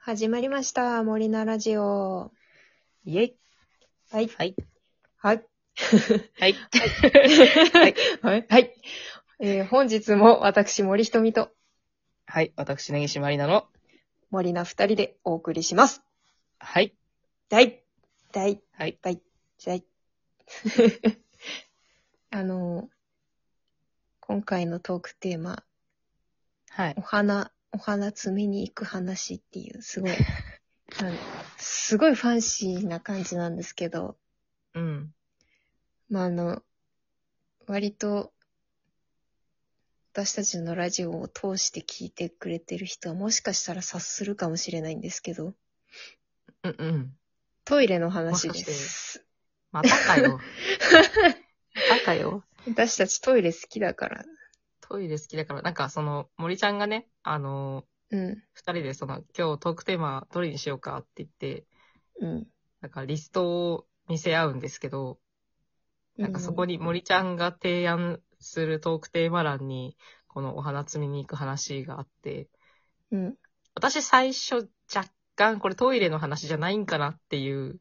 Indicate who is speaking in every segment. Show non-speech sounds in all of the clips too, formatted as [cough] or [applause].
Speaker 1: 始まりました。森菜ラジオ。
Speaker 2: イェイ。
Speaker 1: はい。
Speaker 2: はい。
Speaker 1: はい。
Speaker 2: はい。
Speaker 1: はい。はい。えー本日も私、森ひとみと
Speaker 2: はい。私、根岸まりなの。
Speaker 1: 森菜二人でお送りします。
Speaker 2: はい。
Speaker 1: 大、大、
Speaker 2: はい。
Speaker 1: 大。 [laughs] あの、今回のトークテーマ、
Speaker 2: はい
Speaker 1: お。花、お花摘みに行く話っていう、すごい、あのすごいファンシーな感じなんですけど、
Speaker 2: うん。
Speaker 1: まあ、あの、割と、私たちのラジオを通して聞いてくれてる人はもしかしたら察するかもしれないんですけど、
Speaker 2: うんうん。
Speaker 1: トイレの話で
Speaker 2: もしか
Speaker 1: す。
Speaker 2: またか [laughs] よ。またかよ。
Speaker 1: 私たちトイレ好きだから。
Speaker 2: トイレ好きだから、なんかその、森ちゃんがね、あのー
Speaker 1: うん。
Speaker 2: 二人でその、今日トークテーマどれにしようかって言って、
Speaker 1: うん。
Speaker 2: なんかリストを見せ合うんですけど、なんかそこ
Speaker 1: に。
Speaker 2: に森ちゃんが提案するトークテーマ欄に、このお花摘みに行く話があって、
Speaker 1: うん。
Speaker 2: 私最初若干これトイレの話じゃないんかなっていう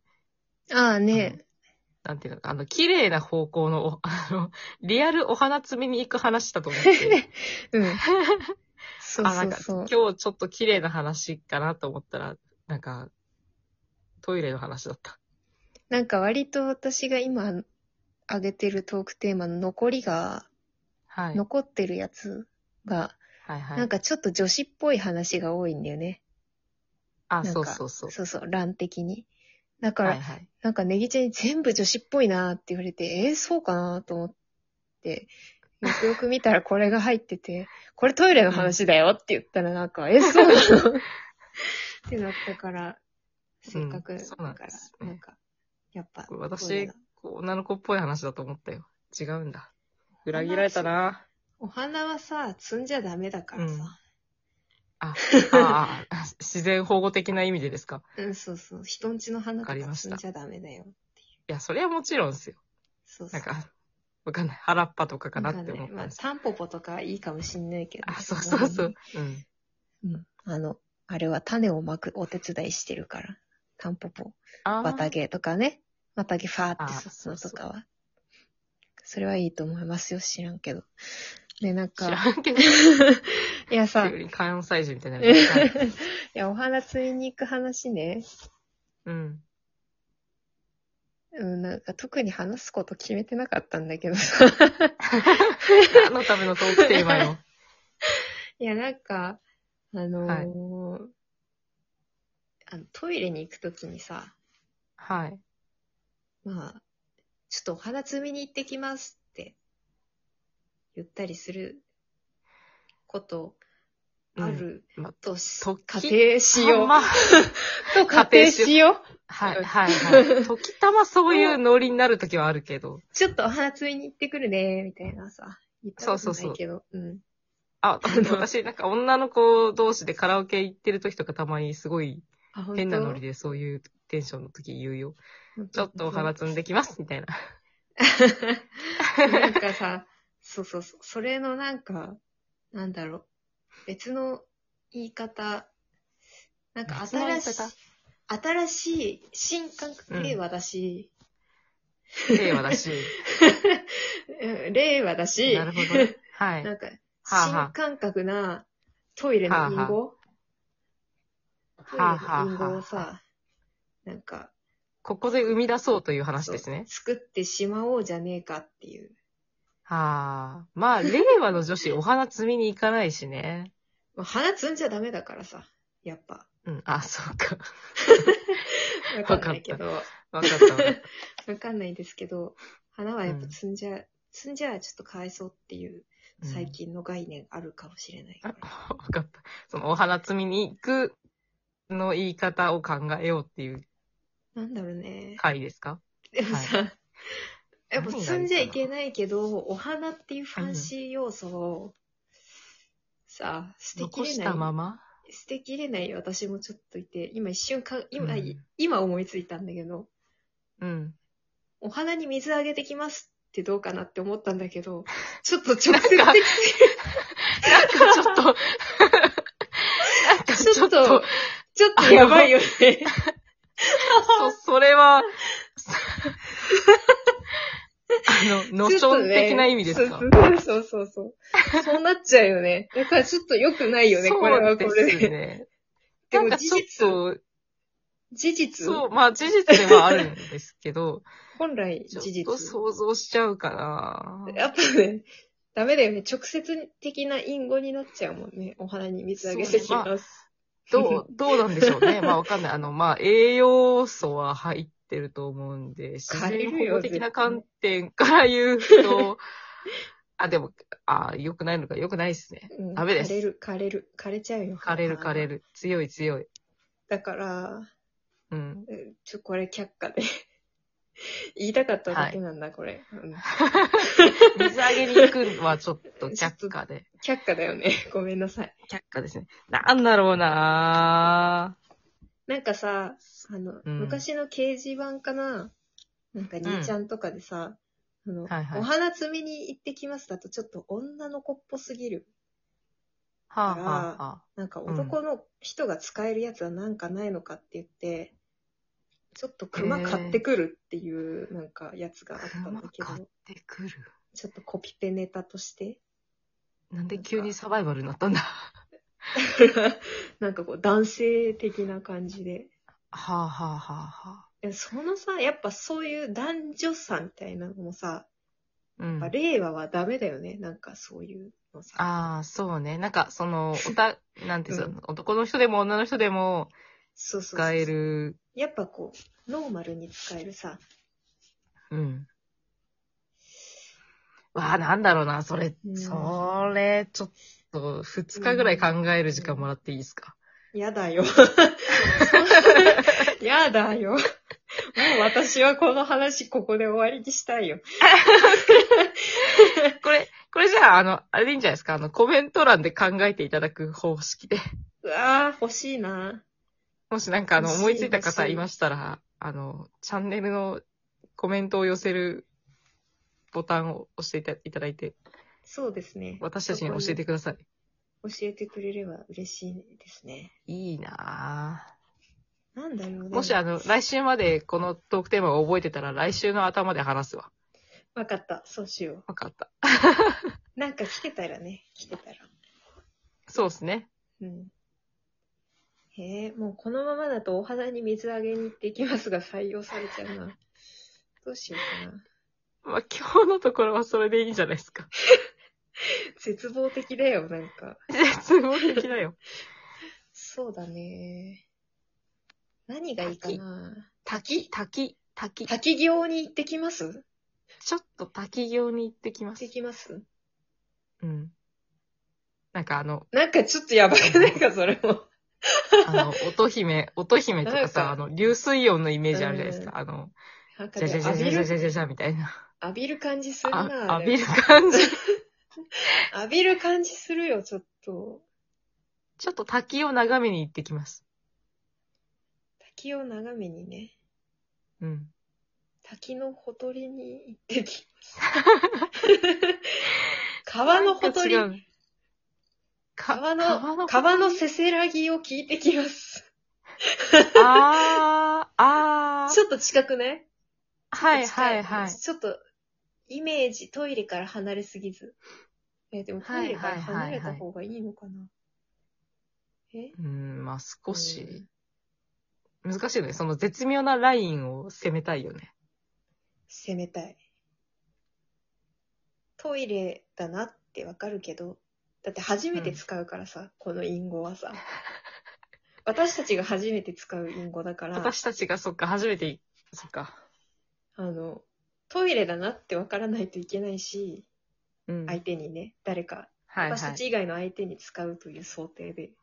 Speaker 1: ああね、
Speaker 2: なんていうのか、あの、綺麗な方向のお、 [laughs] あの、リアルお花摘みに行く話だと
Speaker 1: [laughs]
Speaker 2: 思って。
Speaker 1: うん。
Speaker 2: [laughs]
Speaker 1: そう
Speaker 2: あ、
Speaker 1: そ
Speaker 2: なん
Speaker 1: う
Speaker 2: か、
Speaker 1: そう
Speaker 2: 今日。ちょっと綺麗な話かなと思ったら、なんか、トイレの話だった。
Speaker 1: なんか割と私が今上げてるトークテーマの残りが、
Speaker 2: はい。
Speaker 1: 残ってるやつが、
Speaker 2: はいはい。
Speaker 1: なんかちょっと女子っぽい話が多いんだよね。
Speaker 2: あ、
Speaker 1: なん
Speaker 2: そ
Speaker 1: か
Speaker 2: うそうそう。
Speaker 1: そうそう、欄的に。だから、
Speaker 2: はいはい。
Speaker 1: なんかネギちゃんに全部女子っぽいなーって言われて、えーそうかなーと思って、よくよく見たらこれが入ってて、 [laughs] これトイレの話だよって言ったらなんか、えーそうなのってなったから、せっかく
Speaker 2: うん
Speaker 1: だ
Speaker 2: そう
Speaker 1: か
Speaker 2: なん
Speaker 1: ら、
Speaker 2: です
Speaker 1: な
Speaker 2: ね
Speaker 1: んか、やっぱ、
Speaker 2: こ
Speaker 1: こう
Speaker 2: れ
Speaker 1: いう
Speaker 2: 私
Speaker 1: の、
Speaker 2: こう女の子っぽい話だと思ったよ。違うんだ。裏切られ
Speaker 1: [laughs]
Speaker 2: たな。
Speaker 1: お花はさ、摘んじゃダメだからさ、
Speaker 2: あ、ああ、自然保護的な意味でですか。
Speaker 1: うん、そうそう、人んちの花とか
Speaker 2: わかりまし
Speaker 1: 摘
Speaker 2: た
Speaker 1: んじゃダメだよ。
Speaker 2: いや、それはもちろんですよ。
Speaker 1: そうそ
Speaker 2: なん
Speaker 1: う。
Speaker 2: か、わかんない。原っぱとかかな
Speaker 1: なん
Speaker 2: って
Speaker 1: か
Speaker 2: 思
Speaker 1: ね
Speaker 2: っ、
Speaker 1: ま
Speaker 2: たん
Speaker 1: あ、
Speaker 2: です。
Speaker 1: タンポポとかいいかもしんないけど。
Speaker 2: あ、そうそうそう。。うん。
Speaker 1: うん。あの、あれは種をまくお手伝いしてるから。タンポポ、
Speaker 2: あー
Speaker 1: 綿毛とかね。綿毛ファー
Speaker 2: あ
Speaker 1: って
Speaker 2: ー
Speaker 1: 刺すのとかは。それはいいと思いますよ。知らんけど。ね、なん
Speaker 2: 知
Speaker 1: か、
Speaker 2: らんけ
Speaker 1: [laughs]
Speaker 2: ど、
Speaker 1: いやさ、
Speaker 2: 急に関西人みたいになる。は
Speaker 1: [laughs]
Speaker 2: い
Speaker 1: いや、お花摘みに行く話ね。
Speaker 2: うん。
Speaker 1: うん、なんか特に話すこと決めてなかったんだけどさ。 [laughs]
Speaker 2: 何のためのトークテーマよ。
Speaker 1: いや、なんか、あのー
Speaker 2: はい
Speaker 1: あのトイレに行くときにさ、
Speaker 2: はい。
Speaker 1: まあ、ちょっとお花摘みに行ってきますって言ったりすることある
Speaker 2: うんまあ
Speaker 1: とし、
Speaker 2: 時
Speaker 1: 仮定しよう。
Speaker 2: まあ
Speaker 1: と仮定しよう。
Speaker 2: はい、は
Speaker 1: [laughs]
Speaker 2: い、はい。時たまそういうノリになる時はあるけど。
Speaker 1: ちょっとお花摘みに行ってくるね、みたいなさ。言ったことないけど。うん。
Speaker 2: あ、
Speaker 1: あの
Speaker 2: 私、なんか女の子同士でカラオケ行ってる時とかたまにすごい
Speaker 1: あ、本当
Speaker 2: 変なノリでそういうテンションの時言うよ。ちょっとお花。摘んできます、みたいな。
Speaker 1: [laughs] なんかさ、そうそうそう。それのなんか、なんだろう。別の言い方、なんか
Speaker 2: 別の
Speaker 1: 新
Speaker 2: 言い
Speaker 1: しい
Speaker 2: 方、
Speaker 1: 新しい新感覚令和だし、
Speaker 2: 令和だし。
Speaker 1: うん令和だし、
Speaker 2: なるほど
Speaker 1: [laughs]
Speaker 2: ね。はい。
Speaker 1: なんか、
Speaker 2: あはあ
Speaker 1: 新感覚なトイレの隠語、
Speaker 2: はあはあ
Speaker 1: トイレの隠語を
Speaker 2: はあ。
Speaker 1: さ、なんか、
Speaker 2: ここで生み出そうという話ですね。
Speaker 1: そう作ってしまおうじゃねえかっていう。
Speaker 2: はあ。まあ、令和の女子、お花摘みに行かないしね。
Speaker 1: まあ、花摘んじゃダメだからさ、やっぱ。
Speaker 2: うん。あ、そうか。
Speaker 1: わかんないけど、
Speaker 2: わかったわかっ
Speaker 1: わかんないですけど、花はやっぱ摘んじゃ、摘んじゃちょっとかわいそうっていう
Speaker 2: た。
Speaker 1: 最近の概念あるかもしれないか
Speaker 2: うん。
Speaker 1: ら。
Speaker 2: あ、わかった。その、お花摘みに行くの言い方を考えようっていう
Speaker 1: なんだろうね。
Speaker 2: 回ですか
Speaker 1: でもさ、やっぱ
Speaker 2: 何が
Speaker 1: 摘んじゃいけないけど、お花っていうファンシー要素を、さあ、捨てき
Speaker 2: 残
Speaker 1: れ
Speaker 2: し
Speaker 1: な
Speaker 2: たま
Speaker 1: い、
Speaker 2: ま
Speaker 1: 捨てきれない私もちょっといて、今一瞬か、今、
Speaker 2: うん
Speaker 1: 今思いついたんだけど、
Speaker 2: うん。
Speaker 1: お花に水あげてきますってどうかなって思ったんだけ
Speaker 2: [laughs]
Speaker 1: ど、ちょっと直接的
Speaker 2: なんか
Speaker 1: す
Speaker 2: なんかちょっと、なんかちょっ
Speaker 1: ちょっと
Speaker 2: と、
Speaker 1: ちょっとやばいよね。
Speaker 2: そ、それは、あの、のしょん的な意味ですか、
Speaker 1: ちょっとねそうそうそうそう。そうなっちゃうよね。だからちょっと良くないよね、これはこ
Speaker 2: そう
Speaker 1: れ
Speaker 2: です
Speaker 1: で。
Speaker 2: ね。
Speaker 1: で
Speaker 2: なん
Speaker 1: も
Speaker 2: か
Speaker 1: 事
Speaker 2: ちょっ
Speaker 1: 実、
Speaker 2: と、
Speaker 1: 事実、
Speaker 2: そう、まあ事実ではあるんですけど、
Speaker 1: 本来事
Speaker 2: ちょっと
Speaker 1: 実。
Speaker 2: 想像しちゃうかな。
Speaker 1: やっぱね、ダメだよね。直接的な隠語になっちゃうもんね。お花に水あげてきます。
Speaker 2: [laughs] どう、どうなんでしょうね。まあわかんない。あの、まあ栄養素は入ってると思うんで、自
Speaker 1: 借り
Speaker 2: 然
Speaker 1: る
Speaker 2: 保
Speaker 1: よ
Speaker 2: 護的な観点から言う [laughs] と、あ、でも、あ、良くないのか、良くないですね。
Speaker 1: うん
Speaker 2: ダメです
Speaker 1: 枯れる、枯れる、枯れちゃうよ。
Speaker 2: 枯れる枯れ
Speaker 1: る。
Speaker 2: る。強い強い。
Speaker 1: だから、
Speaker 2: うん。
Speaker 1: うんちょ、これ却下で。言いたかっただけなんだ、これ。うん
Speaker 2: 水揚げに行くのはちょっと却下で。
Speaker 1: 却下だよね。ごめんなさい。
Speaker 2: [laughs] 却下ですね。なんだろうな
Speaker 1: なんかさ、あの、
Speaker 2: うん
Speaker 1: 昔の掲示板かななんか兄ちゃんとかでさ、あの
Speaker 2: はいはい
Speaker 1: お花摘みに行ってきますだとちょっと女の子っぽすぎる。
Speaker 2: ぁ。はぁ、はぁ、は
Speaker 1: なんか男の人が使えるやつはなんかないのかって言って、ちょっと熊買ってくるっていうなんかやつがあったんだけ
Speaker 2: 熊買
Speaker 1: ど、
Speaker 2: ぁ。で、来る。
Speaker 1: ちょっとコピペネタとして、 [laughs]
Speaker 2: なんで急にサバイバルになったんだ。
Speaker 1: なんかこう男性的な感じで。
Speaker 2: はぁ、はぁ、はぁ、はい
Speaker 1: やそのさ、やっぱそういう男女差みたいなのもさ、
Speaker 2: ぁ。うん
Speaker 1: やっぱ。令和はダメだよね。なんかそういうのさ。
Speaker 2: ああ、そうね。なんか、
Speaker 1: [laughs]
Speaker 2: その、おた、なんていうの、
Speaker 1: うん
Speaker 2: 男の人でも女の人でも
Speaker 1: そうそうそう
Speaker 2: 使え。る。
Speaker 1: やっぱこう、ノーマルに使えるさ。
Speaker 2: うん。わあ、なんだろうな、それ、
Speaker 1: うん
Speaker 2: それ、ちょっと、二日ぐらい考える時間もらっていいですか、
Speaker 1: やだ
Speaker 2: [laughs]
Speaker 1: よ。やだよ。もう私はこの話ここで終わりにしたいよ。
Speaker 2: これ、これじゃあ、あの、あれでいいんじゃないですかあの、コメント欄で考えていただく方式で。 [laughs]
Speaker 1: うわー、欲しいな。
Speaker 2: もしなんか、あの、
Speaker 1: 欲しい
Speaker 2: 思いついた方
Speaker 1: 欲しい
Speaker 2: いましたら、あの、チャンネルのコメントを寄せるボタンを押していたいただいて、
Speaker 1: そうですね。
Speaker 2: 私たちに教えてください。
Speaker 1: 教えてくれれば嬉しいですね。
Speaker 2: いいなぁ。
Speaker 1: なんだろうね。
Speaker 2: もしあの、来週までこのトークテーマを覚えてたら、来週の頭で話すわ。
Speaker 1: わかった。そうしよ
Speaker 2: わかった。
Speaker 1: う。なんか来てたらね。来てたら。
Speaker 2: そうですね。
Speaker 1: うん。へえ、もうこのままだとお肌に水あげに行っていきますが採用されちゃう [laughs] な。どうしようかな。
Speaker 2: まあ、今日のところはそれでいいんじゃないですか。
Speaker 1: 絶望的だよ、なんか。
Speaker 2: 絶望的だよ。
Speaker 1: そうだね。何がいいかな。
Speaker 2: [laughs] 滝、滝、滝。ち
Speaker 1: 滝行に行ってきます
Speaker 2: ょっと滝行に行ってきま
Speaker 1: 行っ
Speaker 2: す
Speaker 1: て。きます
Speaker 2: うん。なんかあの、
Speaker 1: なんかちょっとやばく [laughs] ないか、それも。
Speaker 2: あ [laughs] の、乙姫、乙姫とかさ、
Speaker 1: な
Speaker 2: あ
Speaker 1: んか
Speaker 2: の、流水音のイメージあるじゃないですか。あの、
Speaker 1: なんか
Speaker 2: じゃ
Speaker 1: ね
Speaker 2: じゃじゃ
Speaker 1: 浴
Speaker 2: じ
Speaker 1: び
Speaker 2: ゃじゃじ
Speaker 1: る、
Speaker 2: ゃじゃじゃみたいな。
Speaker 1: 浴びる感じするな。
Speaker 2: あ、
Speaker 1: で
Speaker 2: 浴び
Speaker 1: も
Speaker 2: る感じ。
Speaker 1: 浴びる感じするよ、ちょっと。
Speaker 2: ちょっと滝を眺めに行ってきます。
Speaker 1: 滝を眺めにね。
Speaker 2: うん。
Speaker 1: 滝のほとりに行ってき
Speaker 2: [laughs]
Speaker 1: ます。川のほとり、
Speaker 2: なんか違うか
Speaker 1: 川の、
Speaker 2: 川
Speaker 1: 川
Speaker 2: の
Speaker 1: の
Speaker 2: ほと
Speaker 1: せ
Speaker 2: り
Speaker 1: せらぎを聞いてきます。
Speaker 2: あー、あー
Speaker 1: ち。ょっと近くね
Speaker 2: はいはいはい。
Speaker 1: ちょっと、イメージ、トイレから離れすぎず。え、でもトイレから離れた方がいいのかな、え
Speaker 2: うん、まあ少し
Speaker 1: う、
Speaker 2: 難しいよね。その絶妙なラインを攻めたいよね。
Speaker 1: 攻めたい。トイレだなってわかるけど、だって初めて使うからさ、この隠語は
Speaker 2: [laughs]
Speaker 1: さ。私たちが初めて使う隠語だから、
Speaker 2: 私たちがそっか、初めて、そっか。
Speaker 1: あの、トイレだなってわからないといけないし、
Speaker 2: うん。
Speaker 1: 相手にね、誰か、
Speaker 2: はいは
Speaker 1: 私た
Speaker 2: い。
Speaker 1: ち以外の相手に使うという想定で、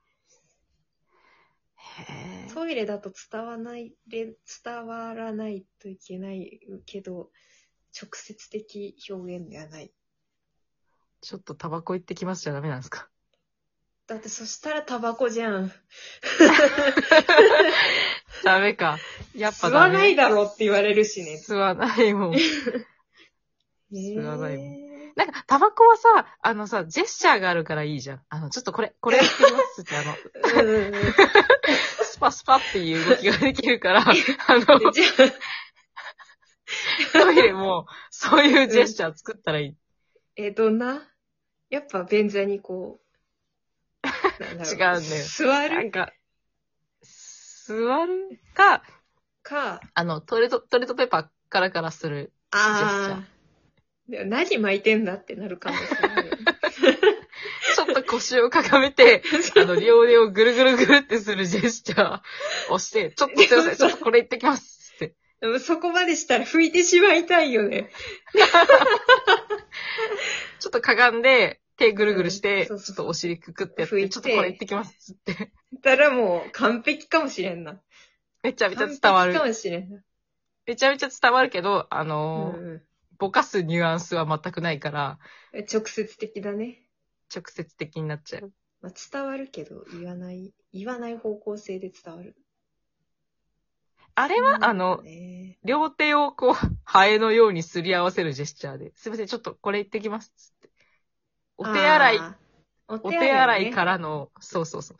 Speaker 2: へー
Speaker 1: トイレだと伝わないれ、伝わらないといけないけど、直接的表現ではない。
Speaker 2: ちょっとタバコ行ってきますじゃダメなんですか。 [laughs]
Speaker 1: だってそしたらタバコじゃん。
Speaker 2: ダメか。やっぱ
Speaker 1: 吸
Speaker 2: ダ
Speaker 1: わ
Speaker 2: メ。
Speaker 1: ないだろって言われるしね。
Speaker 2: 吸わないもん。吸
Speaker 1: 吸
Speaker 2: わないもなんか、タバコはさ、あのさ、ジェスチャーがあるからいいじゃん。あの、ちょっとこれ、これやってきますって、あ
Speaker 1: う
Speaker 2: の、
Speaker 1: んうんうん。
Speaker 2: スパスパっていう動きができ
Speaker 1: [laughs]
Speaker 2: るから、あの、
Speaker 1: じゃあ、
Speaker 2: トイレも、そういうジェスチャー作ったらいい。
Speaker 1: え、どんなやっぱ便座にこう、なんだろ
Speaker 2: 違うね
Speaker 1: 座
Speaker 2: な
Speaker 1: る
Speaker 2: んか、座るか、
Speaker 1: か、
Speaker 2: あの、トイレット、トイレットペーパーカラカラする。
Speaker 1: ああ。でも何巻いてんだってなるかもしれない。
Speaker 2: ちょっと腰をかが
Speaker 1: [laughs]
Speaker 2: めて、あの、両腕をぐるぐるぐるってするジェスチャーをして、ちょっとすいません、ちょっとこれ行ってきますって。
Speaker 1: でもそこまでしたら拭いてしまいたいよね。
Speaker 2: ちょっとかがんで、手ぐるぐるして、ち
Speaker 1: う
Speaker 2: ょ
Speaker 1: んそうそうそう
Speaker 2: っとお尻くくってやっ
Speaker 1: 拭いて
Speaker 2: て、ちょっとこれ行ってきますって。
Speaker 1: たらもう完璧かもしれんな。
Speaker 2: めちゃめちゃ
Speaker 1: 完璧
Speaker 2: 伝わ
Speaker 1: か
Speaker 2: る。
Speaker 1: もしれんな。
Speaker 2: めちゃめちゃ伝わるけど、あ
Speaker 1: う
Speaker 2: のー
Speaker 1: ん
Speaker 2: ぼかすニュアンスは全くないから、
Speaker 1: うん、直接的だね。
Speaker 2: 直接的になっちゃう。
Speaker 1: まあ、伝わるけど、言わない、言わない方向性で伝わる。
Speaker 2: あれは、あの、
Speaker 1: ね
Speaker 2: 両手をこう、 [laughs] ハエのようにすり合わせるジェスチャーで、すいません、ちょっとこれ行ってきますっつって。お手洗い、
Speaker 1: あーお
Speaker 2: お手洗い
Speaker 1: ね
Speaker 2: からの、そうそうそう。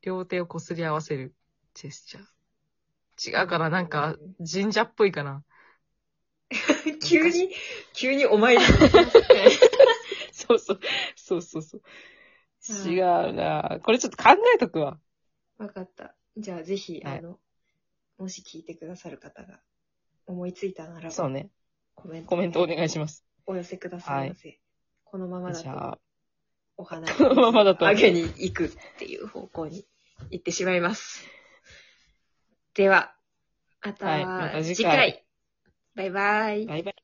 Speaker 2: 両手をこすり合わせるジェスチャー。違うから、なんか、神社っぽいかな。
Speaker 1: [laughs] 急に、急にお参
Speaker 2: [laughs]
Speaker 1: りしますね。
Speaker 2: [laughs] そうそう。そうそうそう。
Speaker 1: うん
Speaker 2: 違うなこれちょっと考えとくわ。
Speaker 1: わかった。じゃあぜひ、
Speaker 2: はい
Speaker 1: あの、もし聞いてくださる方が思いついたならば、
Speaker 2: そうね。
Speaker 1: コメント、
Speaker 2: コメントお願いします。
Speaker 1: お寄せくださいませ。このままだ
Speaker 2: じ
Speaker 1: と、
Speaker 2: ゃあ、
Speaker 1: お花を
Speaker 2: [laughs] このままだと
Speaker 1: あげに行くっていう方向に行ってしまいます。では、また、
Speaker 2: はいまた
Speaker 1: 次
Speaker 2: 次回
Speaker 1: 回。バイバイ。
Speaker 2: バイバイ。